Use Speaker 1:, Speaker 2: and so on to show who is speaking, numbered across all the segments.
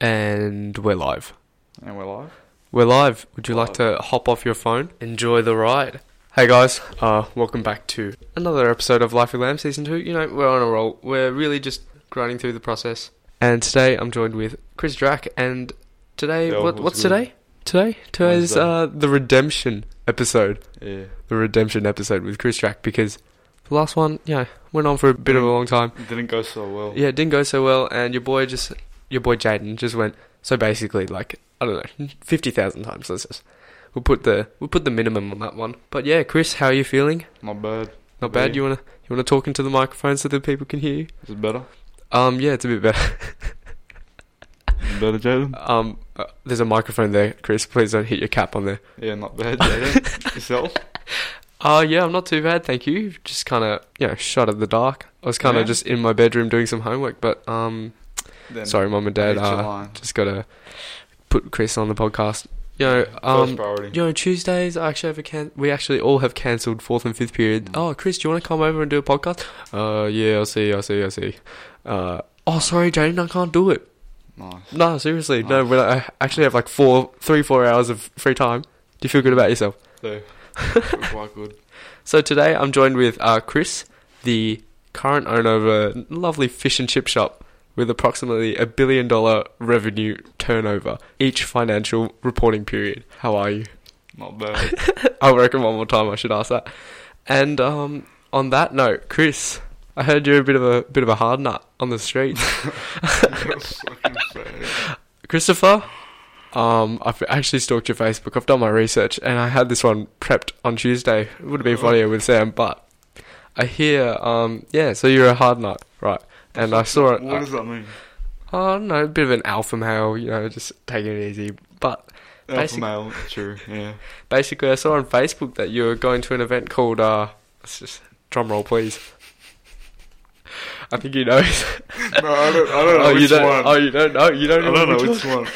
Speaker 1: And we're live.
Speaker 2: And we're live.
Speaker 1: We're live. Would you like to hop off your phone? Enjoy the ride. Hey guys, uh, welcome back to another episode of Life with Lamb Season 2. You know, we're on a roll. We're really just grinding through the process. And today I'm joined with Chris Drack. And today,
Speaker 2: Yo,
Speaker 1: what,
Speaker 2: what's
Speaker 1: what's
Speaker 2: good?
Speaker 1: today? Today? Today's
Speaker 2: Wednesday.
Speaker 1: uh, the Redemption episode.
Speaker 2: Yeah.
Speaker 1: The Redemption episode with Chris Drack because the last one, you know, went on for a bit of a
Speaker 2: Mm.
Speaker 1: long time.
Speaker 2: It didn't go so well.
Speaker 1: Yeah, it didn't go so well, and your boy just, your boy Jaden just went. So basically, like I don't know, fifty thousand times. Let's just we'll put the we'll put the minimum on that one. But yeah, Chris, how are you feeling?
Speaker 2: Not bad.
Speaker 1: Not bad.
Speaker 2: Yeah.
Speaker 1: You wanna you wanna talk into the microphone so that people can hear you?
Speaker 2: Is it better?
Speaker 1: Um, yeah, it's a bit better.
Speaker 2: Better, Jaden?
Speaker 1: Um, uh, there's a microphone there, Chris. Please don't hit your cap on there.
Speaker 2: Yeah, not bad, Jaden. Yourself?
Speaker 1: Uh, yeah, I'm not too bad, thank you. Just kind of you know, shot at the dark. I was kind of
Speaker 2: Yeah.
Speaker 1: just in my bedroom doing some homework, but um,
Speaker 2: Then
Speaker 1: sorry, mum and dad.
Speaker 2: extra
Speaker 1: Uh,
Speaker 2: line.
Speaker 1: just gotta put Chris on the podcast. You know,
Speaker 2: First
Speaker 1: um,
Speaker 2: priority.
Speaker 1: you know, Tuesdays I actually have a can- we actually all have cancelled fourth and fifth period.
Speaker 2: Mm.
Speaker 1: Oh, Chris, do you want to come over and do a podcast? Uh, yeah, I see, I see, I see. Uh, oh, sorry, Jaden, I can't do it.
Speaker 2: Nice.
Speaker 1: No, seriously, no. When I actually have like four, three, four hours of free time. Do you feel good about yourself?
Speaker 2: So, quite good.
Speaker 1: So today I'm joined with uh, Chris, the current owner of a lovely fish and chip shop with approximately a billion dollar revenue turnover each financial reporting period. How are you?
Speaker 2: Not bad.
Speaker 1: I reckon one more time I should ask that. And um, on that note, Chris, I heard you're a bit of a bit of a hard nut on the street,
Speaker 2: That's fucking sad.
Speaker 1: Christopher. Um, I've actually stalked your Facebook. I've done my research, and I had this one prepped on Tuesday. It would have been funnier with Sam, but I hear, um, yeah. So you're a hard nut, right? And I saw it. uh,
Speaker 2: What
Speaker 1: I,
Speaker 2: does that mean?
Speaker 1: I don't know, a bit of an alpha male, you know, just taking it easy. But
Speaker 2: Alpha
Speaker 1: Basic-
Speaker 2: male. True. Yeah.
Speaker 1: basically, I saw on Facebook that you were going to an event called. Uh, let's just drum roll, please. I think you know.
Speaker 2: No, I don't. I don't know
Speaker 1: oh, you
Speaker 2: which
Speaker 1: don't.
Speaker 2: one.
Speaker 1: Oh, you don't know. You
Speaker 2: I
Speaker 1: don't,
Speaker 2: don't know
Speaker 1: which
Speaker 2: which one.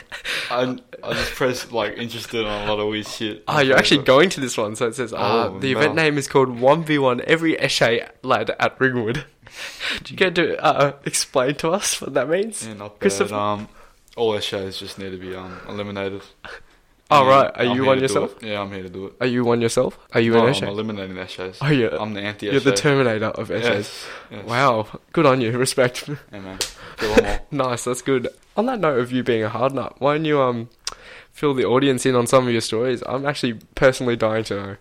Speaker 2: I I just pressed like interested on a lot of weird shit.
Speaker 1: Oh, you're actually going to this one, so it says, uh,
Speaker 2: Oh,
Speaker 1: the
Speaker 2: no.
Speaker 1: event name is called 1v1 Every Eshe Lad at Ringwood. Do you get to uh, explain to us what that means?
Speaker 2: Yeah, not
Speaker 1: Christoph-
Speaker 2: bad. Um, all shows just need to be um eliminated.
Speaker 1: Oh,
Speaker 2: And
Speaker 1: right. Are
Speaker 2: I'm
Speaker 1: you
Speaker 2: here
Speaker 1: one
Speaker 2: to do
Speaker 1: yourself?
Speaker 2: it. Yeah, I'm here to do it.
Speaker 1: Are you one yourself? Are you an
Speaker 2: No, I'm
Speaker 1: Eshe?
Speaker 2: eliminating Eshays.
Speaker 1: Oh, yeah.
Speaker 2: I'm the anti
Speaker 1: You're the Terminator of Eshes.
Speaker 2: Yes. yes.
Speaker 1: Wow. Good on you. Respect.
Speaker 2: Hey, man. Do one more.
Speaker 1: nice. That's good. On that note of you being a hard nut, why don't you um fill the audience in on some of your stories? I'm actually personally dying to know.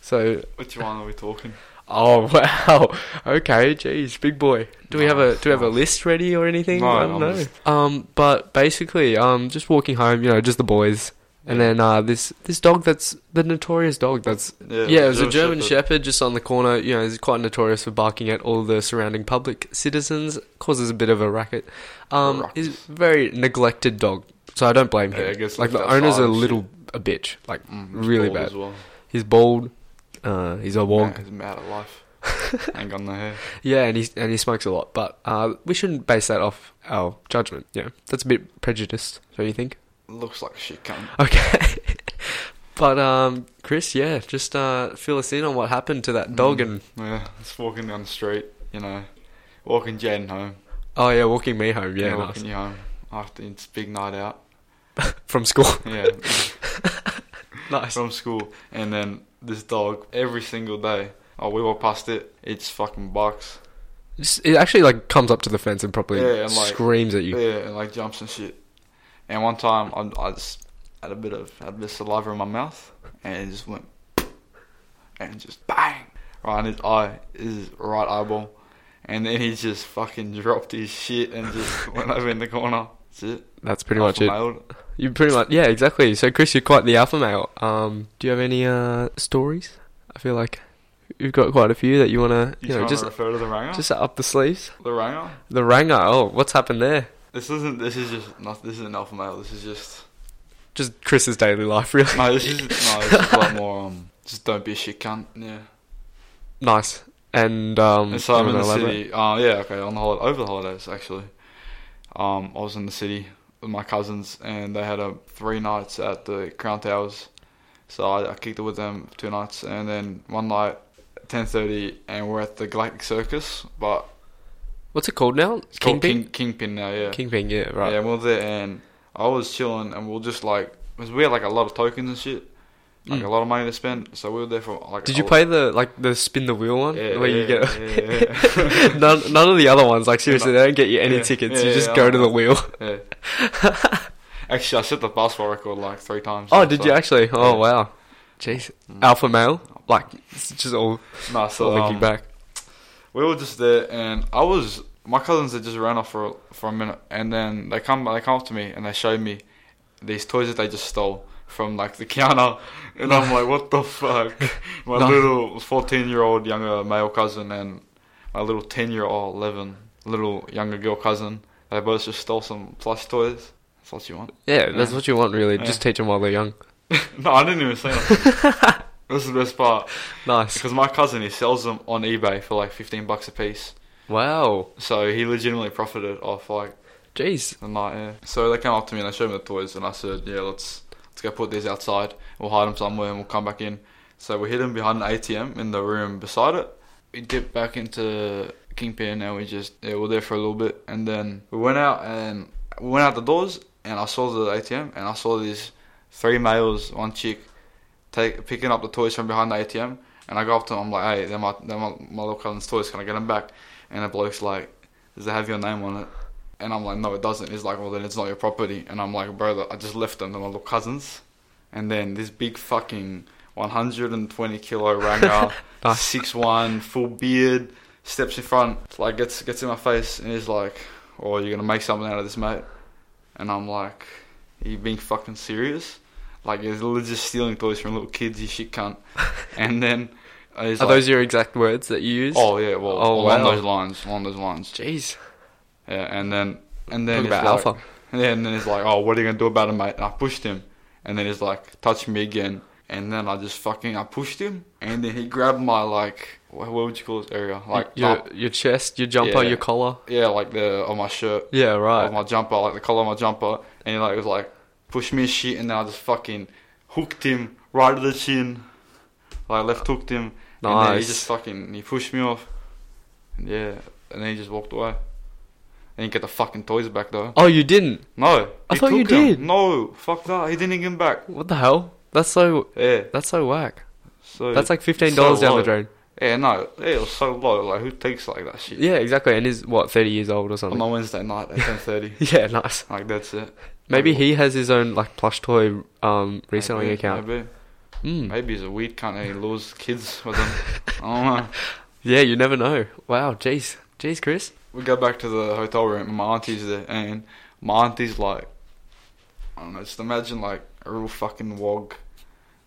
Speaker 1: So,
Speaker 2: Which one are we talking?
Speaker 1: oh wow, okay, jeez, big boy. Do we have a do we have a
Speaker 2: Nice.
Speaker 1: list ready or anything?
Speaker 2: No,
Speaker 1: I don't
Speaker 2: I'm
Speaker 1: know.
Speaker 2: just-
Speaker 1: Um, but basically, um, just walking home, you know, just the boys, and then uh, this this dog that's the notorious dog that's
Speaker 2: Yeah,
Speaker 1: yeah, it was a German shepherd. just on the corner. You know, he's quite notorious for barking at all the surrounding public citizens. Causes a bit of a racket. Um,
Speaker 2: Ruckus.
Speaker 1: he's a very neglected dog, so I don't blame him.
Speaker 2: Yeah, I guess
Speaker 1: like
Speaker 2: left
Speaker 1: the owner's
Speaker 2: outside
Speaker 1: a
Speaker 2: and
Speaker 1: little a bitch. Like
Speaker 2: Mm,
Speaker 1: Really
Speaker 2: bald
Speaker 1: bad.
Speaker 2: As well.
Speaker 1: he's bald. Uh, he's a
Speaker 2: Man,
Speaker 1: wog.
Speaker 2: he's mad at life. Ain't got no hair.
Speaker 1: Yeah, and he and he smokes a lot. But uh, we shouldn't base that off our judgment. Yeah, that's a bit prejudiced. Don't you think?
Speaker 2: Looks like shit cunt.
Speaker 1: Okay. but um, Chris, yeah, just uh, fill us in on what happened to that dog
Speaker 2: Mm.
Speaker 1: and
Speaker 2: Yeah, just walking down the street, you know, walking Jen home.
Speaker 1: oh yeah, walking me home. Yeah, nice.
Speaker 2: walking you home after it's a big night out.
Speaker 1: from school.
Speaker 2: Yeah,
Speaker 1: nice.
Speaker 2: from school, and then this dog every single day. Oh, we walk past it. It's fucking bucks.
Speaker 1: Just- It actually like comes up to the fence and probably
Speaker 2: Yeah, and, like-
Speaker 1: screams at you.
Speaker 2: Yeah, and like jumps and shit. And one time, I, I just had a bit of had a bit of saliva in my mouth, and it just went, and just bang right in his eye, his right eyeball, and then he just fucking dropped his shit and just went over in the corner. That's it.
Speaker 1: That's pretty
Speaker 2: Alpha
Speaker 1: much it.
Speaker 2: male.
Speaker 1: You pretty much yeah, exactly. So Chris, you're quite the alpha male. Um, do you have any uh stories? I feel like you've got quite a few that you wanna you
Speaker 2: You
Speaker 1: know
Speaker 2: trying
Speaker 1: just
Speaker 2: to refer to the ranger?
Speaker 1: just up the sleeves.
Speaker 2: the ranger.
Speaker 1: The ranger. Oh, what's happened there?
Speaker 2: This isn't. This is just not. This is an alpha male. This is just.
Speaker 1: Just Chris's daily life, really.
Speaker 2: No, this is no. This is a lot more. Um, just don't be a shit cunt. Yeah.
Speaker 1: nice. And um,
Speaker 2: And so I'm
Speaker 1: you
Speaker 2: in the
Speaker 1: wanna elaborate?
Speaker 2: city. Uh, yeah, okay. On the hol- over the holidays, actually, um, I was in the city with my cousins, and they had a three nights at the Crown Towers. So I, I kicked it with them two nights, and then one night, ten thirty, and we're at the Galactic Circus, but
Speaker 1: What's it called now?
Speaker 2: it's called
Speaker 1: Kingpin.
Speaker 2: King, Kingpin now. Yeah,
Speaker 1: Kingpin. Yeah, right.
Speaker 2: yeah. We're there, and I was chilling and we will just like, cause we had like a lot of tokens and shit, like
Speaker 1: Mm.
Speaker 2: a lot of money to spend. So we were there for like.
Speaker 1: Did
Speaker 2: a
Speaker 1: you
Speaker 2: lot-
Speaker 1: play the like the spin the wheel one
Speaker 2: Yeah,
Speaker 1: where you
Speaker 2: yeah,
Speaker 1: get
Speaker 2: yeah, yeah, yeah.
Speaker 1: none, none of the other ones like seriously they don't get you any
Speaker 2: Yeah,
Speaker 1: tickets
Speaker 2: yeah,
Speaker 1: you just
Speaker 2: yeah,
Speaker 1: go
Speaker 2: I
Speaker 1: to the
Speaker 2: know.
Speaker 1: wheel.
Speaker 2: Yeah. actually, I set the basketball record like three times.
Speaker 1: Oh,
Speaker 2: so-
Speaker 1: did
Speaker 2: so-
Speaker 1: you actually? Oh wow, jeez, alpha male like it's just all,
Speaker 2: No,
Speaker 1: all
Speaker 2: so
Speaker 1: linking
Speaker 2: um,
Speaker 1: back.
Speaker 2: we were just there, and I was my cousins had just ran off for for a minute, and then they come they come up to me and they showed me these toys that they just stole from like the counter, and I'm like, what the fuck? My
Speaker 1: No.
Speaker 2: little fourteen year old younger male cousin and my little ten year old eleven little younger girl cousin, they both just stole some plush toys. That's what you want.
Speaker 1: Yeah, that's
Speaker 2: yeah.
Speaker 1: what you want really.
Speaker 2: Yeah.
Speaker 1: Just teach them while they're young.
Speaker 2: no, I didn't even say nothing. That's the best part
Speaker 1: Nice.
Speaker 2: because my cousin he sells them on eBay for like fifteen bucks a piece.
Speaker 1: Wow.
Speaker 2: So he legitimately profited off like
Speaker 1: Jeez.
Speaker 2: the night. Yeah. So they came up to me and they showed me the toys, and I said, "Yeah, let's let's go put these outside. We'll hide them somewhere, and we'll come back in." So we hid them behind an ATM in the room beside it. We dipped back into Kingpin, and we just yeah, we were there for a little bit, and then we went out and we went out the doors, and I saw the ATM, and I saw these three males, one chick, take picking up the toys from behind the ATM. And I go up to them, I'm like, hey, they're my, they're my, my little cousin's toys, can I get them back? And the bloke's like, does it have your name on it? And I'm like, no, it doesn't. He's like, well, then it's not your property. And I'm like, brother, I just left them. They're my little cousins. And then this big fucking 120 kilo ranger,
Speaker 1: Nice.
Speaker 2: six one, full beard, steps in front, like gets gets in my face, and he's like, "Oh, you're gonna make something out of this, mate." And I'm like, "Are you being fucking serious? Like, you're literally just stealing toys from little kids, you shit cunt." and then uh, he's
Speaker 1: Are
Speaker 2: like,
Speaker 1: those your exact words that you use?
Speaker 2: "Oh yeah, well,
Speaker 1: Oh,
Speaker 2: along
Speaker 1: wow.
Speaker 2: those lines, along those lines."
Speaker 1: jeez.
Speaker 2: Yeah, and then and then
Speaker 1: Talk
Speaker 2: it's
Speaker 1: about
Speaker 2: like,
Speaker 1: alpha.
Speaker 2: yeah, and then he's like, "Oh, what are you gonna do about it, mate?" And I pushed him, and then he's like, "Touch me again," and then I just fucking I pushed him, and then he grabbed my like, what, what would you call this area? Like,
Speaker 1: your
Speaker 2: jump-
Speaker 1: your chest, your jumper,
Speaker 2: Yeah.
Speaker 1: your collar.
Speaker 2: yeah, like the on my shirt,
Speaker 1: Yeah. Right.
Speaker 2: of my jumper, like the collar of my jumper, and he like was like, "Push me, shit," and then I just fucking hooked him right to the chin, like left hooked him, and then he
Speaker 1: Nice.
Speaker 2: just fucking he pushed me off, and yeah, and then he just walked away. And he get the fucking toys back though.
Speaker 1: oh, you didn't.
Speaker 2: No.
Speaker 1: I
Speaker 2: he
Speaker 1: thought you
Speaker 2: took 'em.
Speaker 1: did.
Speaker 2: No, fuck that. He didn't give him back.
Speaker 1: What the hell? That's so.
Speaker 2: Yeah.
Speaker 1: That's so whack.
Speaker 2: So
Speaker 1: That's like fifteen dollars
Speaker 2: so
Speaker 1: down
Speaker 2: low.
Speaker 1: the drain.
Speaker 2: Yeah, no. Yeah, it was so low. Like who takes like that shit?
Speaker 1: Yeah, exactly. And he's what thirty years old or
Speaker 2: On
Speaker 1: something.
Speaker 2: a Wednesday night at ten thirty.
Speaker 1: Yeah, nice.
Speaker 2: like that's it.
Speaker 1: Maybe he has his own like plush toy um reselling
Speaker 2: Maybe,
Speaker 1: account.
Speaker 2: Maybe.
Speaker 1: Mm.
Speaker 2: Maybe he's a weed cunt and he lures kids with him. I don't know.
Speaker 1: Yeah, you never know. Wow, jeez, jeez, Chris.
Speaker 2: We go back to the hotel room and my auntie's there and my auntie's like I don't know, just imagine like a real fucking wog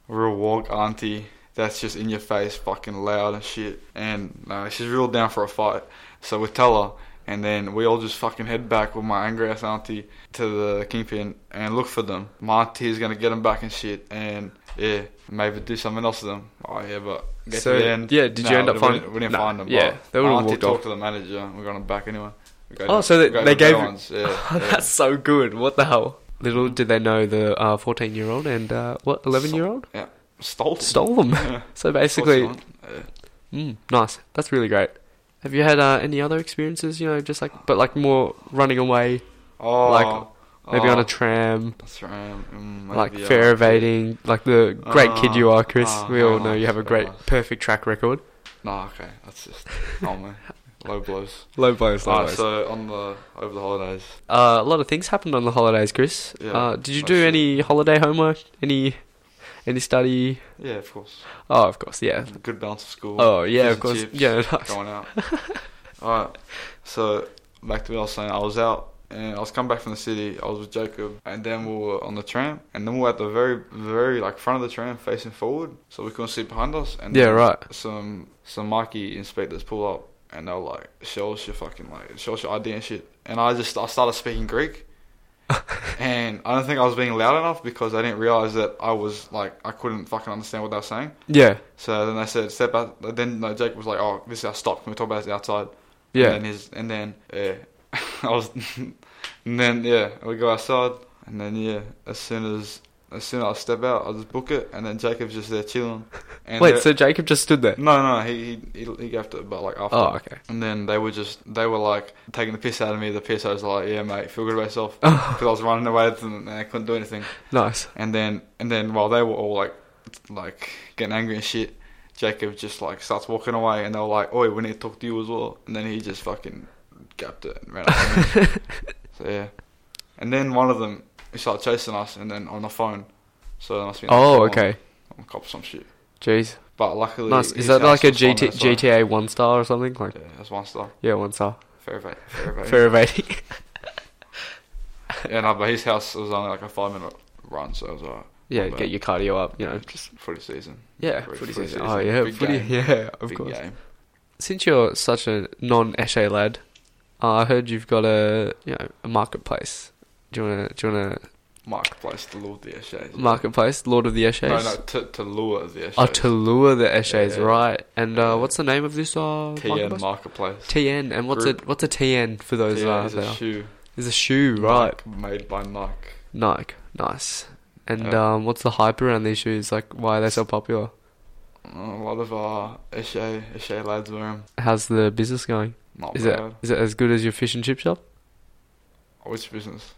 Speaker 2: a real wog auntie that's just in your face fucking loud and shit and uh, she's real down for a fight. So we tell her and then we all just fucking head back with my angry ass auntie to the kingpin and look for them. My auntie is gonna get them back and shit and yeah, maybe do something else with them. Oh yeah, but get
Speaker 1: So,
Speaker 2: to the end.
Speaker 1: yeah, did you
Speaker 2: no,
Speaker 1: end up
Speaker 2: we
Speaker 1: finding-
Speaker 2: Didn't, we didn't
Speaker 1: Nah,
Speaker 2: find them.
Speaker 1: yeah,
Speaker 2: but
Speaker 1: they would've
Speaker 2: my auntie
Speaker 1: walked
Speaker 2: talked
Speaker 1: off.
Speaker 2: to the manager. and We got them back anyway. We got
Speaker 1: Oh,
Speaker 2: to-
Speaker 1: so they-
Speaker 2: we got
Speaker 1: they
Speaker 2: the better
Speaker 1: gave Oh, you-
Speaker 2: ones, Yeah, yeah.
Speaker 1: That's so good. What the hell? Little did they know the uh, fourteen-year-old and uh, what eleven-year-old
Speaker 2: stole. them.
Speaker 1: stole them.
Speaker 2: Yeah.
Speaker 1: so basically,
Speaker 2: Stole them.
Speaker 1: mm, nice. That's really great. Have you had uh, any other experiences? You know, just like but like more running away,
Speaker 2: Yeah. oh,
Speaker 1: like, maybe
Speaker 2: oh,
Speaker 1: on a tram,
Speaker 2: that's right, um,
Speaker 1: like
Speaker 2: maybe, uh,
Speaker 1: fair evading, like the great kid you are, Chris.
Speaker 2: Ah,
Speaker 1: we all
Speaker 2: ah,
Speaker 1: know you have a
Speaker 2: very
Speaker 1: great,
Speaker 2: nice.
Speaker 1: perfect track record.
Speaker 2: Nah, okay, that's just oh man, low blows.
Speaker 1: Low blows, low
Speaker 2: Alright,
Speaker 1: blows.
Speaker 2: so on the over the holidays,
Speaker 1: Uh, a lot of things happened on the holidays, Chris.
Speaker 2: Yeah,
Speaker 1: uh, did you
Speaker 2: I
Speaker 1: do
Speaker 2: see.
Speaker 1: any holiday homework? Any, any study?
Speaker 2: yeah, of course,
Speaker 1: Oh, of course, yeah.
Speaker 2: good balance of school.
Speaker 1: Oh, yeah,
Speaker 2: fish
Speaker 1: of
Speaker 2: and
Speaker 1: course.
Speaker 2: chips,
Speaker 1: Yeah, nice.
Speaker 2: going out. All right, so back to what I was saying. I was out and I was coming back from the city. I was with Jacob, and then we were on the tram, and then we were at the very, very like front of the tram, facing forward, so we couldn't see behind us. And
Speaker 1: Yeah,
Speaker 2: then
Speaker 1: right.
Speaker 2: Some some Mikey inspectors pull up, and they're like, "Show us your fucking like, show us your ID and shit." And I just I started speaking Greek. and I don't think I was being loud enough because I didn't realize that I was like I couldn't fucking understand what they were saying.
Speaker 1: Yeah,
Speaker 2: So then they said, step out. Then no, Jake was like, oh, this is our stop. Can we talk about this outside?
Speaker 1: yeah.
Speaker 2: And then, his, and then yeah, I was, and then yeah, we go outside. And then yeah, as soon as as soon as I step out, I just book it, and then Jacob's just there chilling. And
Speaker 1: Wait,
Speaker 2: they're-
Speaker 1: so Jacob just stood there?
Speaker 2: no, no, he he he, he gaffed it, but like after.
Speaker 1: Oh, okay.
Speaker 2: And then they were just they were like taking the piss out of me. The piss, I was like, yeah, mate, feel good about yourself,
Speaker 1: Oh.
Speaker 2: because I was running away from them and I couldn't do anything.
Speaker 1: Nice.
Speaker 2: And then and then while they were all like like getting angry and shit, Jacob just like starts walking away, and they were like, "Oi, we need to talk to you as well." And then he just fucking gapped it and ran up. on me. so yeah, and then one of them he started chasing us, and then on the phone. So there must be
Speaker 1: Oh, okay.
Speaker 2: I'm cop some shit.
Speaker 1: Jeez.
Speaker 2: But luckily,
Speaker 1: Nice.
Speaker 2: his
Speaker 1: Is that like
Speaker 2: house
Speaker 1: a
Speaker 2: was on
Speaker 1: GT,
Speaker 2: that side.
Speaker 1: GTA 1 star or something? Like,
Speaker 2: Yeah, that's one star.
Speaker 1: yeah, 1 star.
Speaker 2: Fair evade. Fair evade.
Speaker 1: Fair evading.
Speaker 2: Yeah, no, but his house was only like a five minute run, so it was alright.
Speaker 1: Yeah, get
Speaker 2: Not bad.
Speaker 1: your cardio up, you know, just
Speaker 2: Footy season.
Speaker 1: yeah,
Speaker 2: Footy
Speaker 1: footy
Speaker 2: season.
Speaker 1: season. Oh yeah,
Speaker 2: Big
Speaker 1: footy.
Speaker 2: game.
Speaker 1: Yeah, of
Speaker 2: Big
Speaker 1: course.
Speaker 2: game.
Speaker 1: Since you're such a non-Eshe lad, uh, I heard you've got a you know a marketplace. Do you wanna do you wanna
Speaker 2: Marketplace to lure the Eshays.
Speaker 1: marketplace Lord of the Eshes?
Speaker 2: No, no, to, to lure the Eshays.
Speaker 1: Oh, to lure the Eshes,
Speaker 2: Yeah.
Speaker 1: right? And uh,
Speaker 2: Yeah.
Speaker 1: what's the name of this uh,
Speaker 2: TN
Speaker 1: marketplace?
Speaker 2: Marketplace.
Speaker 1: TN. And what's
Speaker 2: Group.
Speaker 1: a what's a TN for those?
Speaker 2: TN
Speaker 1: uh,
Speaker 2: is
Speaker 1: that
Speaker 2: a
Speaker 1: are-
Speaker 2: shoe.
Speaker 1: is a shoe, right?
Speaker 2: Nike, made by Nike.
Speaker 1: Nike, nice. And
Speaker 2: Yeah.
Speaker 1: um, what's the hype around these shoes? Like, why are they so popular?
Speaker 2: Uh, A lot of uh, Eshay, Eshay lads wear them.
Speaker 1: How's the business going?
Speaker 2: Not
Speaker 1: Is it
Speaker 2: bad.
Speaker 1: is it as good as your fish and chip shop?
Speaker 2: Which business?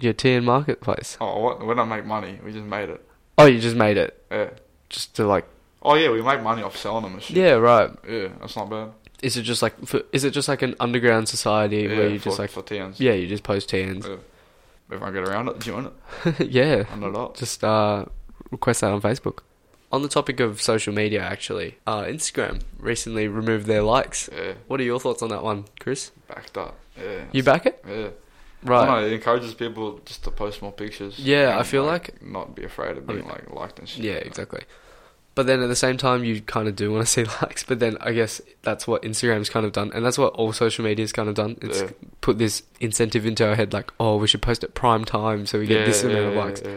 Speaker 1: Your tea and marketplace.
Speaker 2: Oh, what? we don't make money. We just made it.
Speaker 1: Oh, you just made it
Speaker 2: Yeah.
Speaker 1: just to like.
Speaker 2: Oh yeah, we make money off selling them and shit.
Speaker 1: Yeah, right.
Speaker 2: Yeah, that's not bad.
Speaker 1: Is it just like? For, is it just like an underground society
Speaker 2: yeah,
Speaker 1: where you
Speaker 2: for,
Speaker 1: just like?
Speaker 2: for TNs.
Speaker 1: Yeah, you just post TNs.
Speaker 2: Yeah. Everyone get around it, join it,
Speaker 1: yeah,
Speaker 2: and it up.
Speaker 1: just uh, request that on Facebook. On the topic of social media, actually, uh, Instagram recently removed their likes.
Speaker 2: Yeah,
Speaker 1: What are your thoughts on that one, Chris?
Speaker 2: backed up. Yeah.
Speaker 1: You back it?
Speaker 2: Yeah. I
Speaker 1: Right.
Speaker 2: don't know, it encourages people just to post more pictures.
Speaker 1: Yeah, I
Speaker 2: and,
Speaker 1: feel
Speaker 2: not be afraid of being like liked and shit.
Speaker 1: Yeah, exactly. But then at the same time, you kind of do want to see likes. But then I guess that's what Instagram's kind of done, and that's what all social media's kind of done. It's
Speaker 2: Yeah.
Speaker 1: put this incentive into our head, like, oh, we should post at prime time so we get this amount of likes.
Speaker 2: yeah.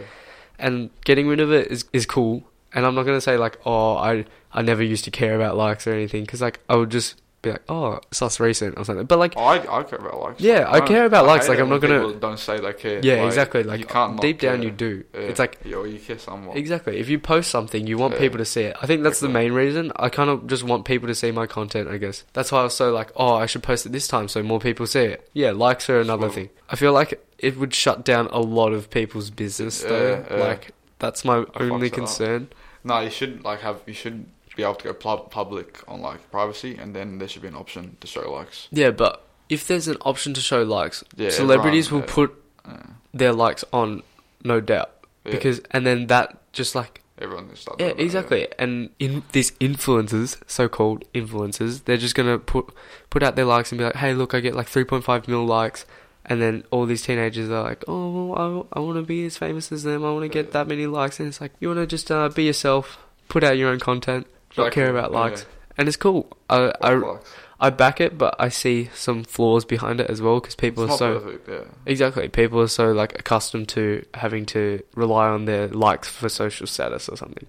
Speaker 1: And getting rid of it is is cool. And I'm not gonna say like, oh, I I never used to care about likes or anything, because like I would just be like, oh, sus recent or something. But like,
Speaker 2: I I care about likes.
Speaker 1: Yeah, I
Speaker 2: don't-
Speaker 1: care about likes,
Speaker 2: hate
Speaker 1: like,
Speaker 2: it
Speaker 1: I'm
Speaker 2: when
Speaker 1: not gonna-
Speaker 2: people Don't say they care.
Speaker 1: yeah, exactly. Like
Speaker 2: you can't not
Speaker 1: deep down,
Speaker 2: care.
Speaker 1: you do.
Speaker 2: Yeah.
Speaker 1: It's like
Speaker 2: yeah, or you care someone.
Speaker 1: Exactly. If you post something, you want
Speaker 2: Yeah.
Speaker 1: people to see it. I think that's the
Speaker 2: Exactly.
Speaker 1: main reason. I kind of just want people to see my content, I guess. That's why I was so like, oh, I should post it this time so more people see it. Yeah, likes are another
Speaker 2: Sure.
Speaker 1: thing. I feel like it would shut down a lot of people's business, though.
Speaker 2: Yeah, yeah.
Speaker 1: Like, that's my
Speaker 2: fucks
Speaker 1: only
Speaker 2: it up.
Speaker 1: concern.
Speaker 2: No, you should like have you should be able to go pub- public on like privacy, and then there should be an option to show likes.
Speaker 1: Yeah, but if there's an option to show likes,
Speaker 2: Yeah,
Speaker 1: celebrities
Speaker 2: everyone,
Speaker 1: will put
Speaker 2: Yeah.
Speaker 1: their likes on, no doubt.
Speaker 2: Yeah. Oh,
Speaker 1: Because, and then that just like
Speaker 2: Everyone can start.
Speaker 1: Yeah,
Speaker 2: doing that,
Speaker 1: exactly. And in these influencers, so-called influencers, they're just gonna put put out their likes and be like, "Hey, look, I get like 3.5 mil likes," and then all these teenagers are like, "Oh, well, I, I want to be as famous as them. I want to get that many likes." And it's like, you want to just uh, be yourself, put out your own content, not
Speaker 2: Exactly,
Speaker 1: care about
Speaker 2: yeah.
Speaker 1: likes, and it's cool. I,
Speaker 2: I,
Speaker 1: I I back it, but I see some flaws behind it as well because people
Speaker 2: it's
Speaker 1: are
Speaker 2: not
Speaker 1: so
Speaker 2: perfect. Yeah,
Speaker 1: exactly people are so like accustomed to having to rely on their likes for social status or something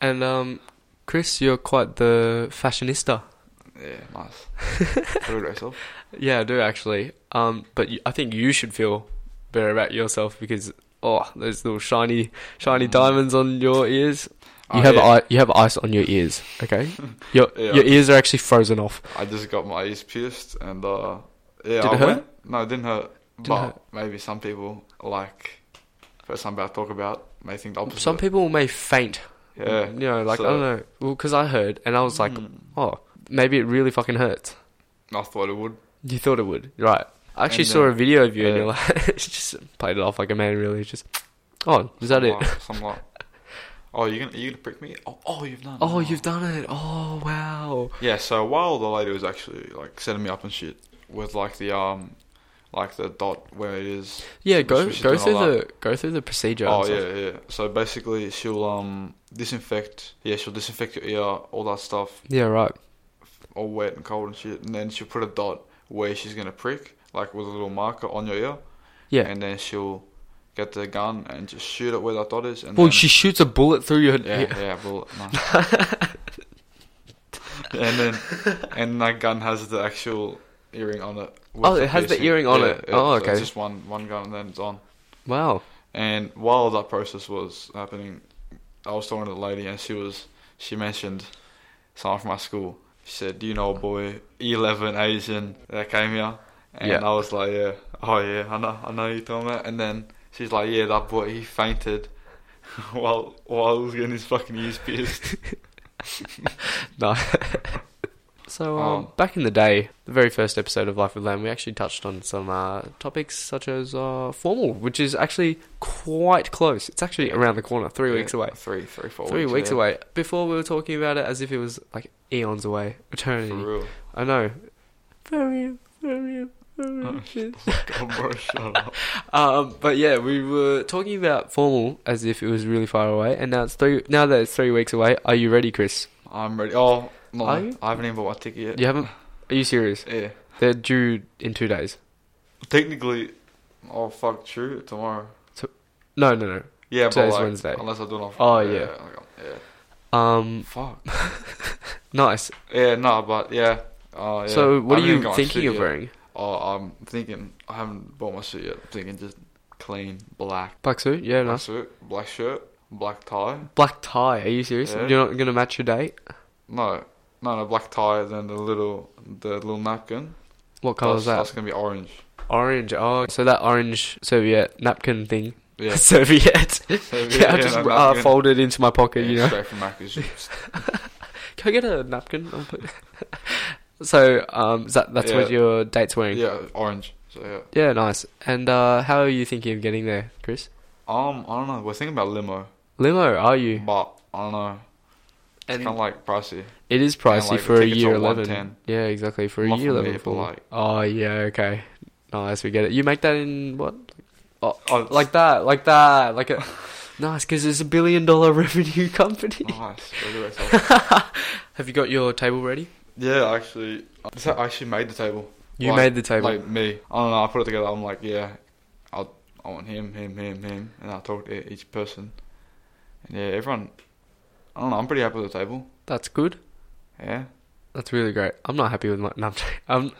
Speaker 1: and um chris you're quite the fashionista
Speaker 2: yeah, nice. Feel good yourself.
Speaker 1: yeah i do actually um but you, i think you should feel better about yourself because oh those little shiny shiny
Speaker 2: Mm.
Speaker 1: diamonds on your ears you
Speaker 2: Oh,
Speaker 1: have
Speaker 2: yeah.
Speaker 1: i- you have ice on your ears okay your
Speaker 2: Yeah.
Speaker 1: your ears are actually frozen off
Speaker 2: I just got my ears pierced, and uh, yeah,
Speaker 1: Did
Speaker 2: I
Speaker 1: it hurt?
Speaker 2: went. No, it didn't hurt.
Speaker 1: Didn't
Speaker 2: but
Speaker 1: hurt.
Speaker 2: maybe some people like first I'm about to talk about may think the opposite.
Speaker 1: some people may faint
Speaker 2: yeah,
Speaker 1: Mm, you know like i
Speaker 2: So-
Speaker 1: don't know well because i heard and i was like
Speaker 2: Mm.
Speaker 1: oh maybe it really fucking hurts
Speaker 2: I thought it would.
Speaker 1: You thought it would, right? I actually
Speaker 2: And
Speaker 1: saw
Speaker 2: then-
Speaker 1: a video of you, and
Speaker 2: yeah.
Speaker 1: you're like, just played it off like a man. Really, just oh, is that it?
Speaker 2: Somewhat- somewhat. Oh, you gonna you gonna prick me? Oh, oh you've done. it.
Speaker 1: Oh, you've done it! Oh, wow!
Speaker 2: Yeah, so while the lady was actually like setting me up and shit with like the um, like the dot where it is.
Speaker 1: Yeah,
Speaker 2: We
Speaker 1: go
Speaker 2: should
Speaker 1: go
Speaker 2: do
Speaker 1: through
Speaker 2: all
Speaker 1: the go through the procedure. and
Speaker 2: Oh
Speaker 1: stuff.
Speaker 2: yeah, yeah. So basically, she'll um disinfect. Yeah, she'll disinfect your ear, all that stuff,
Speaker 1: yeah, right.
Speaker 2: all wet and cold and shit. And then she'll put a dot where she's gonna prick, like with a little marker on your ear.
Speaker 1: Yeah.
Speaker 2: And then she'll get the gun and just shoot it where that dot is. And
Speaker 1: well,
Speaker 2: then,
Speaker 1: she shoots a bullet through your.
Speaker 2: Yeah,
Speaker 1: Yeah.
Speaker 2: yeah, bullet. No. and then, and that gun has the actual earring on it. with
Speaker 1: Oh, it has the
Speaker 2: piercing.
Speaker 1: earring on it. Oh,
Speaker 2: so it's
Speaker 1: okay.
Speaker 2: just one one gun and then it's on.
Speaker 1: Wow.
Speaker 2: And while that process was happening, I was talking to the lady, and she was she mentioned someone from my school. She said, "Do you know a boy, eleven Asian that came here?" And
Speaker 1: Yeah.
Speaker 2: I was like, "Yeah, oh yeah, I know, I know you talking about." And then she's like, "Yeah, that boy, he fainted while while he was getting his fucking ears pierced."
Speaker 1: No. so um,
Speaker 2: Um,
Speaker 1: back in the day, the very first episode of Life with Lamb, we actually touched on some uh, topics such as uh, formal, which is actually quite close. It's actually around the corner, three weeks away.
Speaker 2: Three, three, four.
Speaker 1: Three weeks
Speaker 2: yeah.
Speaker 1: away. Before we were talking about it as if it was like eons away,
Speaker 2: For
Speaker 1: eternity.
Speaker 2: real.
Speaker 1: I know. Very, very, very.
Speaker 2: God, bro, shut up.
Speaker 1: um, but yeah, we were talking about formal as if it was really far away, and now it's three. Now that it's three weeks away, are you ready, Chris?
Speaker 2: I'm ready. Oh no,
Speaker 1: Are you?
Speaker 2: I haven't even bought my ticket yet.
Speaker 1: You haven't? Are you serious?
Speaker 2: Yeah.
Speaker 1: They're due in two days.
Speaker 2: Technically, oh fuck, true tomorrow.
Speaker 1: No, no,
Speaker 2: Yeah,
Speaker 1: Today's
Speaker 2: but like,
Speaker 1: Wednesday.
Speaker 2: Unless I do it on
Speaker 1: Oh,
Speaker 2: yeah,
Speaker 1: yeah.
Speaker 2: like, yeah.
Speaker 1: no. Um,
Speaker 2: Fuck.
Speaker 1: nice.
Speaker 2: Yeah, no, but yeah. Oh, yeah.
Speaker 1: So,
Speaker 2: I
Speaker 1: what are
Speaker 2: haven't even
Speaker 1: you
Speaker 2: got my
Speaker 1: thinking
Speaker 2: suit
Speaker 1: of
Speaker 2: yet.
Speaker 1: wearing?
Speaker 2: Oh, I'm thinking. I haven't bought my suit yet. I'm thinking just clean black
Speaker 1: Black suit? Yeah,
Speaker 2: black
Speaker 1: nice.
Speaker 2: suit, black shirt, black tie.
Speaker 1: Black tie? Are you serious?
Speaker 2: Yeah.
Speaker 1: You're not gonna match your date?
Speaker 2: No, no, no, black tie. Then the little, the little napkin.
Speaker 1: What color
Speaker 2: that's,
Speaker 1: is that?
Speaker 2: That's gonna be orange.
Speaker 1: Orange. Oh, so that orange serviette napkin thing.
Speaker 2: Yeah.
Speaker 1: serviette.
Speaker 2: So,
Speaker 1: yeah, I just
Speaker 2: no,
Speaker 1: uh,
Speaker 2: napkin.
Speaker 1: fold it into my pocket.
Speaker 2: Yeah,
Speaker 1: you know.
Speaker 2: Straight from Macca's. Just-
Speaker 1: Can I get a napkin? I'll put- so, um, is that that's what
Speaker 2: Yeah.
Speaker 1: your date's wearing.
Speaker 2: yeah, orange. So yeah.
Speaker 1: Yeah, nice. And uh, how are you thinking of getting there, Chris?
Speaker 2: Um, I don't know. We're thinking about limo,
Speaker 1: Limo, are you?
Speaker 2: but I don't know. It's
Speaker 1: And
Speaker 2: kind of like pricey.
Speaker 1: it is pricey
Speaker 2: and, like, the
Speaker 1: for a
Speaker 2: tickets
Speaker 1: year
Speaker 2: are
Speaker 1: eleven.
Speaker 2: 110.
Speaker 1: Yeah, exactly for a
Speaker 2: Not
Speaker 1: year
Speaker 2: for me,
Speaker 1: eleven.
Speaker 2: but,
Speaker 1: pool.
Speaker 2: like-
Speaker 1: oh yeah, okay. Nice, we get it. You make that in what? Oh,
Speaker 2: Oh, it's-
Speaker 1: like that, like that, like a nice because it's a billion dollar revenue company.
Speaker 2: Nice. Look at that.
Speaker 1: Have you got your table ready?
Speaker 2: Yeah, actually, so I actually made the table.
Speaker 1: You
Speaker 2: Like-
Speaker 1: made the table.
Speaker 2: Like me, I don't know. I put it together. I'm like, yeah, I I want him, him, him, him, and I talked to each person. And yeah, everyone. I don't know. I'm pretty happy with the table.
Speaker 1: That's good.
Speaker 2: Yeah.
Speaker 1: That's really great. I'm not happy with my. No, I'm, joking. um,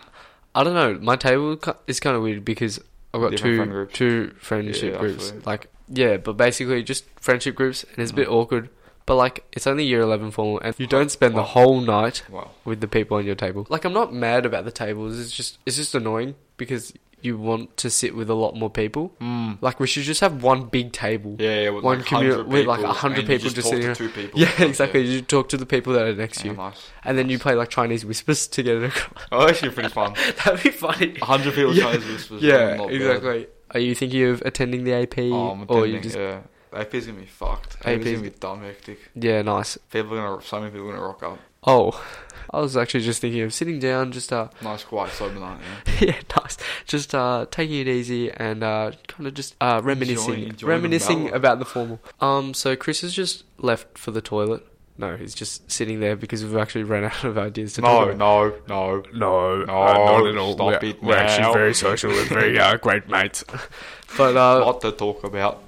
Speaker 1: I don't know. My table ki- is kind of weird because I've got
Speaker 2: Different
Speaker 1: two
Speaker 2: friend groups.
Speaker 1: two friendship
Speaker 2: Yeah,
Speaker 1: groups.
Speaker 2: absolutely.
Speaker 1: Like yeah, but basically just friendship groups, and it's a bit
Speaker 2: Mm.
Speaker 1: awkward. But like it's only year eleven formal, and you don't spend
Speaker 2: Oh.
Speaker 1: the whole night
Speaker 2: Wow.
Speaker 1: with the people on your table. Like I'm not mad about the tables. It's just it's just annoying because you want to sit with a lot more people.
Speaker 2: Mm.
Speaker 1: Like we should just have one big table.
Speaker 2: Yeah, yeah. With
Speaker 1: Hmm. One
Speaker 2: like
Speaker 1: commu-
Speaker 2: 100
Speaker 1: with, like,
Speaker 2: people,
Speaker 1: 100
Speaker 2: and you
Speaker 1: people just
Speaker 2: talk
Speaker 1: sitting
Speaker 2: to two people.
Speaker 1: Yeah, exactly. You talk to the people that are next to
Speaker 2: Yeah,
Speaker 1: you,
Speaker 2: nice.
Speaker 1: and then you play like Chinese whispers to get it across.
Speaker 2: Oh, actually, pretty fun.
Speaker 1: That'd be funny.
Speaker 2: 100 people
Speaker 1: Yeah.
Speaker 2: yeah. chose this. Was
Speaker 1: Yeah,
Speaker 2: not bad.
Speaker 1: exactly. Are you thinking of attending the AP,
Speaker 2: Oh, I'm
Speaker 1: or
Speaker 2: or
Speaker 1: you just yeah.
Speaker 2: yeah. AP's gonna be fucked.
Speaker 1: AP 's
Speaker 2: AP's gonna be dumb hectic.
Speaker 1: nice?
Speaker 2: People are gonna, so many people are gonna rock up.
Speaker 1: Oh, I was actually just thinking of sitting down, just uh,
Speaker 2: Nice, quiet, sober night. Yeah.
Speaker 1: yeah, nice, just uh, taking it easy and uh, kind of just uh, reminiscing,
Speaker 2: Enjoy- enjoy the
Speaker 1: reminiscing
Speaker 2: mellow.
Speaker 1: about the formal. Um, so Chris has just left for the toilet. No, he's just sitting there because we've actually ran out of ideas to talk
Speaker 2: No,
Speaker 1: about.
Speaker 2: no, no.
Speaker 3: No,
Speaker 2: No,
Speaker 3: uh, not at all.
Speaker 2: stop
Speaker 3: we're,
Speaker 2: it
Speaker 3: we're actually
Speaker 2: now.
Speaker 3: very social and very uh, great mates.
Speaker 1: But uh,
Speaker 2: What to talk about.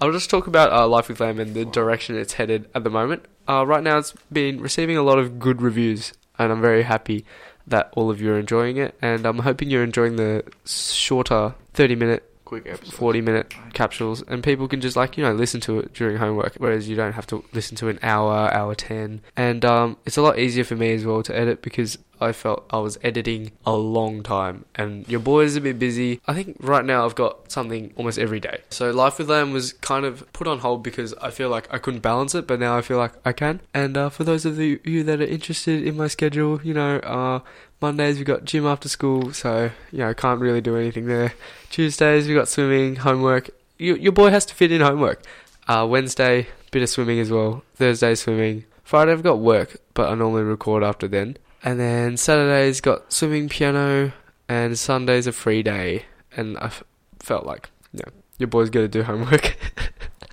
Speaker 1: I'll just talk about uh, Life with Lamb and the direction it's headed at the moment. Uh, right now, it's been receiving a lot of good reviews, and I'm very happy that all of you are enjoying it. And I'm hoping you're enjoying the shorter 30 minute,
Speaker 2: Quick episode.
Speaker 1: 40 minute capsules, and people can just like you know listen to it during homework, whereas you don't have to listen to an hour, hour 10. And um, it's a lot easier for me as well to edit because I felt I was editing a long time, and your boy is a bit busy. I think right now I've got something almost every day. So life with Lamb was kind of put on hold because I feel like I couldn't balance it, but now I feel like I can. And uh, for those of you you that are interested in my schedule, you know, uh, Mondays we've got gym after school, so you know can't really do anything there. Tuesdays we've got swimming, homework. You, your boy has to fit in homework. Uh, Wednesday bit of swimming as well. Thursday swimming. Friday I've got work, but I normally record after then. And then Saturday's got swimming, piano, and Sunday's a free day. And I f- felt like, no, your boy's gonna do homework.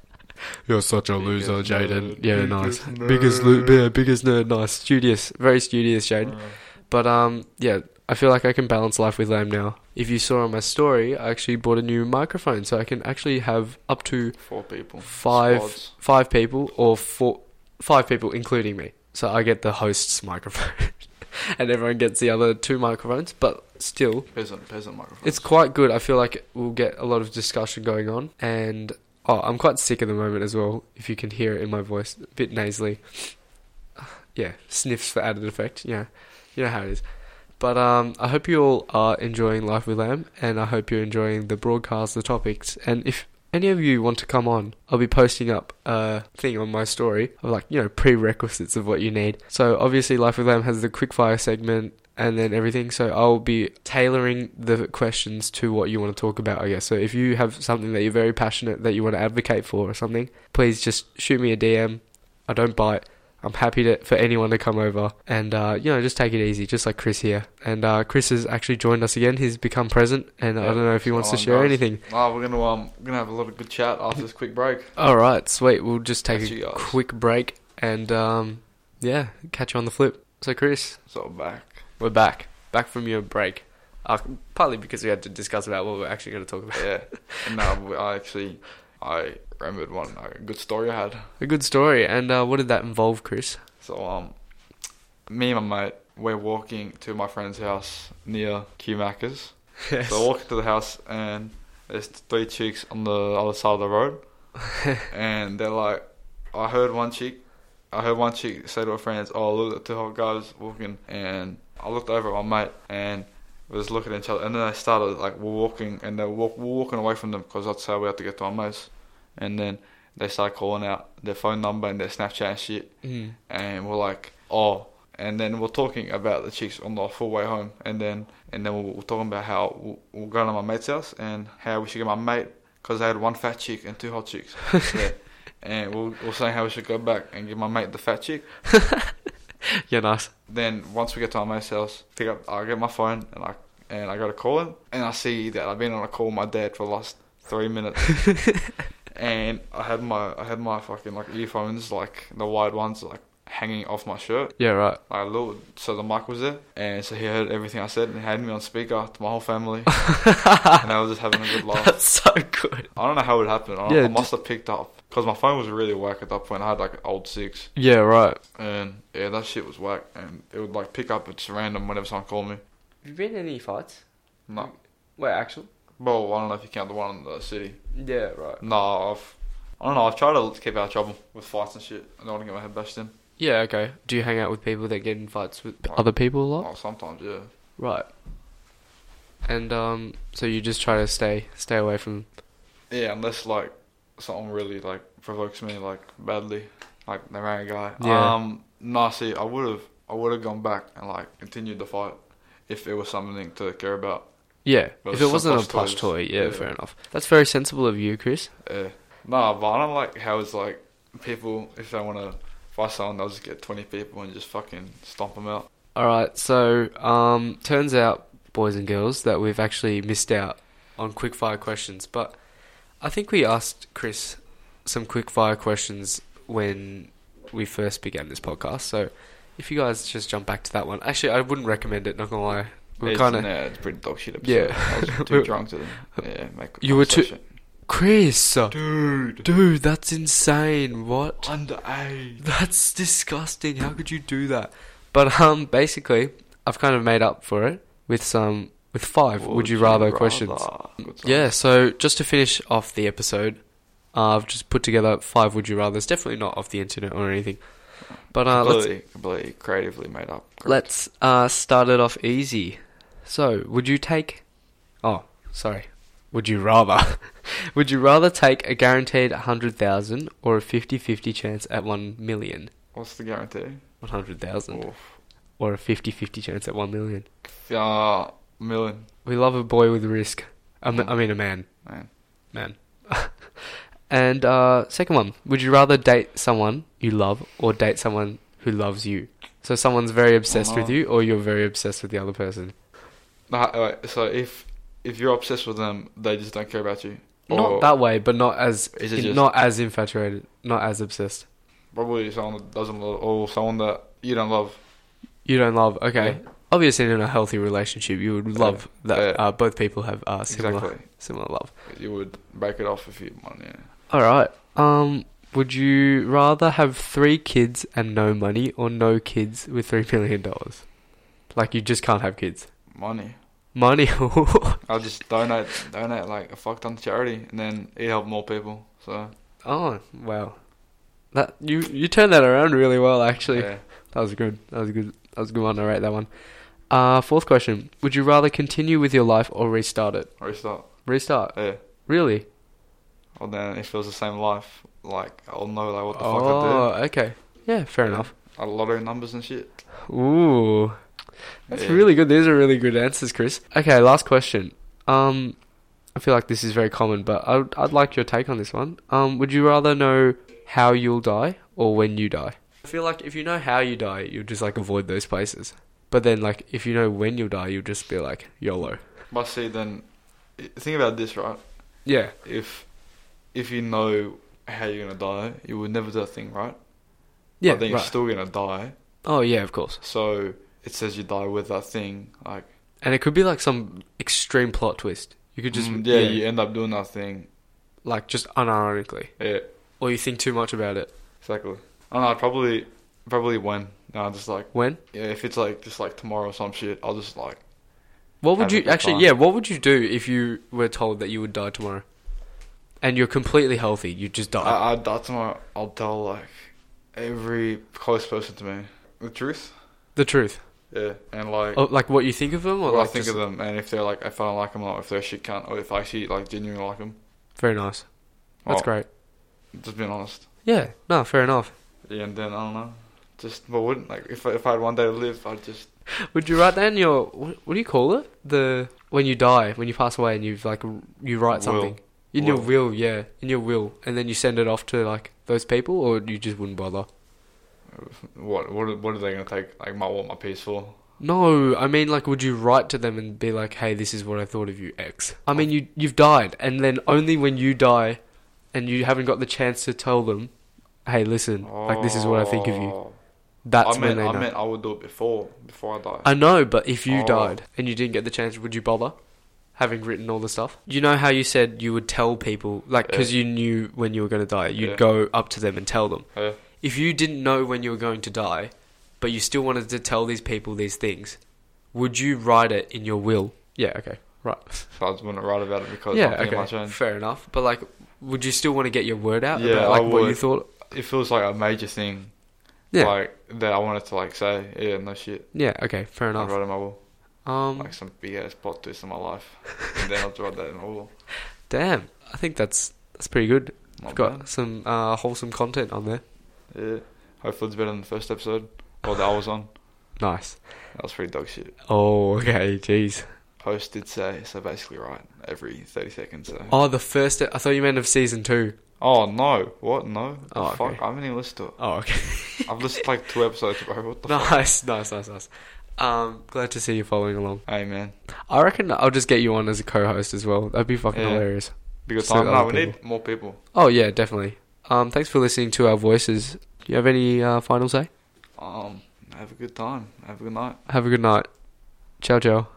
Speaker 3: You're such a
Speaker 2: Biggest
Speaker 3: loser, Jaden.
Speaker 2: nerd.
Speaker 1: yeah, nice. Biggest, lo- yeah, biggest nerd. Nice, studious, very studious, Jaden.
Speaker 2: Uh,
Speaker 1: But um, yeah, I feel like I can balance life with lamb now. If you saw on my story, I actually bought a new microphone, so I can actually have up to
Speaker 2: Four people.
Speaker 1: Five.
Speaker 2: Squads.
Speaker 1: five people or four, five people including me. So I get the host's microphone, and everyone gets the other two microphones. But still,
Speaker 2: Peasant, peasant microphone.
Speaker 1: it's quite good. I feel like we'll get a lot of discussion going on. And oh, I'm quite sick at the moment as well, if you can hear it in my voice. A bit nasally. yeah, sniffs for added effect. Yeah, you know how it is. But um, I hope you all are enjoying Life with Lamb, and I hope you're enjoying the broadcast, the topics. And if any of you want to come on, I'll be posting up a thing on my story of like, you know, prerequisites of what you need. So obviously, Life with Lamb has the quickfire segment and then everything. So I'll be tailoring the questions to what you want to talk about, I guess. So if you have something that you're very passionate that you want to advocate for or something, please just shoot me a DM. I don't bite. I'm happy to, for anyone to come over and, uh, you know, just take it easy, just like Chris here. And uh, Chris has actually joined us again. He's become present, and I
Speaker 2: Yeah.
Speaker 1: don't know if he wants to
Speaker 2: Come on,
Speaker 1: share
Speaker 2: guys.
Speaker 1: anything.
Speaker 2: Nah, we're gonna um, we're gonna have a lot of good chat after this quick break.
Speaker 1: All right, sweet. We'll just take
Speaker 2: Catch
Speaker 1: a
Speaker 2: you guys.
Speaker 1: quick break and um, yeah, catch you on the flip. So, Chris,
Speaker 2: So I'm back.
Speaker 1: we're back, back from your break, uh, partly because we had to discuss about what we're actually going to talk about.
Speaker 2: Yeah. and now I actually I remembered one a good story I had.
Speaker 1: A good story, and uh, what did that involve, Chris?
Speaker 2: So um, me and my mate we're walking to my friend's house near Qmackers.
Speaker 1: Yes.
Speaker 2: So I walk to the house and there's three chicks on the other side of the road, and they're like, I heard one chick, I heard one chick say to her friends, "Oh, look, the two hot guys walking," and I looked over at my mate and we was looking at each other, and then they started like we're walking and they walk we're walking away from them because that's how we had to get to our mates, and then they started calling out their phone number and their Snapchat and shit,
Speaker 1: Mm.
Speaker 2: and we're like, oh, and then we're talking about the chicks on the full way home, and then and then we're, we're talking about how we're, we're going to my mate's house and how we should get my mate because they had one fat chick and two hot chicks, yeah. and we're, we're saying how we should go back and give my mate the fat chick.
Speaker 1: Yeah, nice.
Speaker 2: Then once we get to our mate's house, pick up, I get my phone and I and I go to call him, and I see that I've been on a call with my dad for the last three minutes. And I had my I had my fucking like earphones like the wide ones like hanging off my shirt
Speaker 1: Yeah, right.
Speaker 2: like little, so the mic was there, and so he heard everything I said, and he had me on speaker to my whole family, and I was just having a good laugh.
Speaker 1: That's so good.
Speaker 2: I don't know how it happened. I,
Speaker 1: Yeah,
Speaker 2: I must have picked up because my phone was really whack at that point. I had like an old six,
Speaker 1: Yeah, right.
Speaker 2: and yeah, that shit was whack, and it would like pick up at just random whenever someone called me.
Speaker 1: Have you been in any fights?
Speaker 2: No,
Speaker 1: Wait, actual?
Speaker 2: well, I don't know if you count the one in the city.
Speaker 1: Yeah, right.
Speaker 2: No, I've. I don't know. I've tried to keep out of trouble with fights and shit. I don't want to get my head bashed in.
Speaker 1: Yeah, okay. Do you hang out with people that get in fights with
Speaker 2: Oh.
Speaker 1: other people a lot?
Speaker 2: Oh, sometimes, yeah.
Speaker 1: Right. And um, so you just try to stay stay away from
Speaker 2: Yeah, unless like something really like provokes me like badly, like the rang guy.
Speaker 1: Yeah.
Speaker 2: Um, no, see, I would have, I would have gone back and like continued the fight if it was something to care about.
Speaker 1: Yeah,
Speaker 2: Well,
Speaker 1: if it
Speaker 2: some
Speaker 1: wasn't a
Speaker 2: plush
Speaker 1: plush
Speaker 2: toys.
Speaker 1: toy, yeah,
Speaker 2: Yeah.
Speaker 1: fair enough. That's very sensible of you, Chris.
Speaker 2: Yeah. No, but I don't like how it's like people if they want to fight someone, they'll just get twenty people and just fucking stomp them out.
Speaker 1: All right, so um, turns out, boys and girls, that we've actually missed out on quickfire questions. But I think we asked Chris some quickfire questions when we first began this podcast. So if you guys just jump back to that one, actually, I wouldn't recommend it. Not gonna lie, we're
Speaker 2: it's,
Speaker 1: kind of
Speaker 2: nah, it's pretty dog shit.
Speaker 1: Yeah.
Speaker 2: Episode. I was
Speaker 1: We're-
Speaker 2: too drunk to them. Yeah, make
Speaker 1: You were too-
Speaker 2: conversation.
Speaker 1: Chris,
Speaker 2: dude.
Speaker 1: dude, that's insane. What?
Speaker 2: Underage.
Speaker 1: That's disgusting. How could you do that? But um, basically, I've kind of made up for it with some with five. Would, you, rather, questions?
Speaker 2: Good song.
Speaker 1: Yeah. So just to finish off the episode, uh, I've just put together five would you rather's. Definitely not off the internet or anything. But uh, let's
Speaker 2: completely, completely creatively made up. Correct.
Speaker 1: let's uh, start it off easy. So would you take? Oh, sorry. Would you rather? would you rather take a guaranteed hundred thousand or a 50-50 chance at one million?
Speaker 2: What's the guarantee?
Speaker 1: One hundred thousand.
Speaker 2: Oof.
Speaker 1: or a 50-50 chance at 1 million.
Speaker 2: Uh, million.
Speaker 1: We love a boy with risk. I me- I mean a man.
Speaker 2: Man.
Speaker 1: Man. and uh, second one, would you rather date someone you love or date someone who loves you? So someone's very obsessed with
Speaker 2: Oh.
Speaker 1: you or you're very obsessed with the other person?
Speaker 2: Nah, alright, so if if you're obsessed with them, they just don't care about you.
Speaker 1: not that way, but not as
Speaker 2: Is it
Speaker 1: in-
Speaker 2: just-
Speaker 1: not as infatuated, not as obsessed.
Speaker 2: Probably someone that doesn't love, or someone that you don't love.
Speaker 1: You don't love, okay.
Speaker 2: Yeah.
Speaker 1: Obviously, in a healthy relationship, you would
Speaker 2: Yeah.
Speaker 1: love that
Speaker 2: Yeah.
Speaker 1: uh, both people have uh, similar
Speaker 2: Exactly.
Speaker 1: similar love.
Speaker 2: You would break it off if you want, yeah.
Speaker 1: All right. Um, would you rather have three kids and no money, or no kids with three million dollars? Like you just can't have kids.
Speaker 2: Money.
Speaker 1: money. Oh,
Speaker 2: I'll just donate donate like a fuck ton to charity, and then it help more people. So
Speaker 1: oh wow, that you you turned that around really well actually.
Speaker 2: yeah.
Speaker 1: That was good. That was a good. That was a good one. I rate that one. Uh, fourth question: Would you rather continue with your life or restart it?
Speaker 2: restart.
Speaker 1: Restart.
Speaker 2: Yeah.
Speaker 1: Really?
Speaker 2: Well, then if it was the same life, like I'll know like what the
Speaker 1: oh, okay. Yeah, fair
Speaker 2: Yeah.
Speaker 1: enough.
Speaker 2: fuck I do. A lottery numbers and shit.
Speaker 1: Ooh, that's
Speaker 2: Yeah.
Speaker 1: really good. These are really good answers, Chris. Okay, last question. Um, I feel like this is very common, but I'd I'd like your take on this one. Um, would you rather know how you'll die or when you die? I feel like if you know how you die, you'll just like avoid those places. But then, like, if you know when you'll die, you'll just be like YOLO.
Speaker 2: But see, then i- think about this, right?
Speaker 1: Yeah.
Speaker 2: If if you know how you're gonna die, you would never do that thing, right?
Speaker 1: Yeah.
Speaker 2: But then
Speaker 1: right.
Speaker 2: you're still gonna die.
Speaker 1: Oh yeah, of course.
Speaker 2: So it says you die with that thing, like
Speaker 1: And it could be like some extreme plot twist. You could just
Speaker 2: mm, yeah, you end up doing that thing.
Speaker 1: like just unironically,
Speaker 2: Yeah,
Speaker 1: or you think too much about it.
Speaker 2: exactly. I don't know. I'd Probably probably when. No, just like
Speaker 1: When?
Speaker 2: yeah, if it's like just like tomorrow or some shit, I'll just like
Speaker 1: What would
Speaker 2: Have a
Speaker 1: you
Speaker 2: good
Speaker 1: actually?
Speaker 2: time.
Speaker 1: Yeah, what would you do if you were told that you would die tomorrow, and you're completely healthy? You just die.
Speaker 2: I, I that's when I'll tell like every close person to me the truth.
Speaker 1: the truth,
Speaker 2: Yeah, and like
Speaker 1: oh, like what you think of them, or
Speaker 2: what
Speaker 1: like
Speaker 2: I think
Speaker 1: just-
Speaker 2: of them, and if they're like if I don't like them or if they're a shit cunt or if I actually like genuinely like them.
Speaker 1: Very nice. That's
Speaker 2: Oh.
Speaker 1: great.
Speaker 2: Just being honest.
Speaker 1: Yeah. No, fair enough.
Speaker 2: Yeah, and then I don't know. Just but wouldn't like if I- if I had one day to live, I'd just
Speaker 1: Would you write down your what, what do you call it? The when you die, when you pass away, and you've like r- you write
Speaker 2: Will.
Speaker 1: something in your will, yeah, in your will, and then you send it off to like those people, or you just wouldn't bother.
Speaker 2: what what are- what are they gonna take like my what my piece for?
Speaker 1: No, I mean, like, would you write to them and be like, "Hey, this is what I thought of you, X." I mean, you you've died, and then only when you die, and you haven't got the chance to tell them, "Hey, listen, like, this is what I think of you."
Speaker 2: Oh.
Speaker 1: That's
Speaker 2: I
Speaker 1: when
Speaker 2: meant
Speaker 1: they
Speaker 2: I
Speaker 1: know.
Speaker 2: meant I would do it before before I die.
Speaker 1: I know, but if you
Speaker 2: Oh.
Speaker 1: died and you didn't get the chance, would you bother? Having written all the stuff, you know how you said you would tell people, like,
Speaker 2: Yeah.
Speaker 1: because you knew when you were going to die, you'd
Speaker 2: Yeah.
Speaker 1: go up to them and tell them.
Speaker 2: Yeah.
Speaker 1: If you didn't know when you were going to die, but you still wanted to tell these people these things, would you write it in your will? Yeah, okay, right.
Speaker 2: So I just wouldn't write about it because I'm
Speaker 1: yeah,
Speaker 2: thinking my
Speaker 1: okay,
Speaker 2: change.
Speaker 1: fair enough. But like, would you still want to get your word out
Speaker 2: Yeah,
Speaker 1: about like
Speaker 2: I
Speaker 1: what you
Speaker 2: would.
Speaker 1: thought?
Speaker 2: It feels like a major thing.
Speaker 1: Yeah,
Speaker 2: Like that I wanted to like say, yeah, no shit.
Speaker 1: yeah, okay, fair
Speaker 2: I'd
Speaker 1: enough.
Speaker 2: write in my will.
Speaker 1: Um,
Speaker 2: Like some big ass plot twist in my life. and then I'd write that in my will.
Speaker 1: damn, I think that's that's pretty good.
Speaker 2: Not
Speaker 1: got
Speaker 2: bad.
Speaker 1: some uh, wholesome content on there.
Speaker 2: Yeah. Uh, Hopefully it's better than the first episode. Or that I was on.
Speaker 1: Nice.
Speaker 2: That was pretty dog shit.
Speaker 1: Oh, okay, jeez.
Speaker 2: Host did say, so basically right, every 30 seconds. So.
Speaker 1: Oh, the first. I thought you meant of season two.
Speaker 2: Oh, no. What? No?
Speaker 1: Oh,
Speaker 2: fuck.
Speaker 1: okay.
Speaker 2: I haven't even listened to it.
Speaker 1: Oh, okay.
Speaker 2: I've listened to like two episodes, bro. What the fuck?
Speaker 1: nice, nice, nice, nice. Um, glad to see you following along.
Speaker 2: Hey, man.
Speaker 1: I reckon I'll just get you on as a co-host as well. That'd be fucking
Speaker 2: Yeah.
Speaker 1: hilarious.
Speaker 2: Because
Speaker 1: So
Speaker 2: time. No,
Speaker 1: other
Speaker 2: we need more people.
Speaker 1: Oh yeah, definitely. Um, thanks for listening to our voices. Do you have any uh, final say?
Speaker 2: Um, have a good time. Have a good night.
Speaker 1: Have a good night. Ciao, ciao.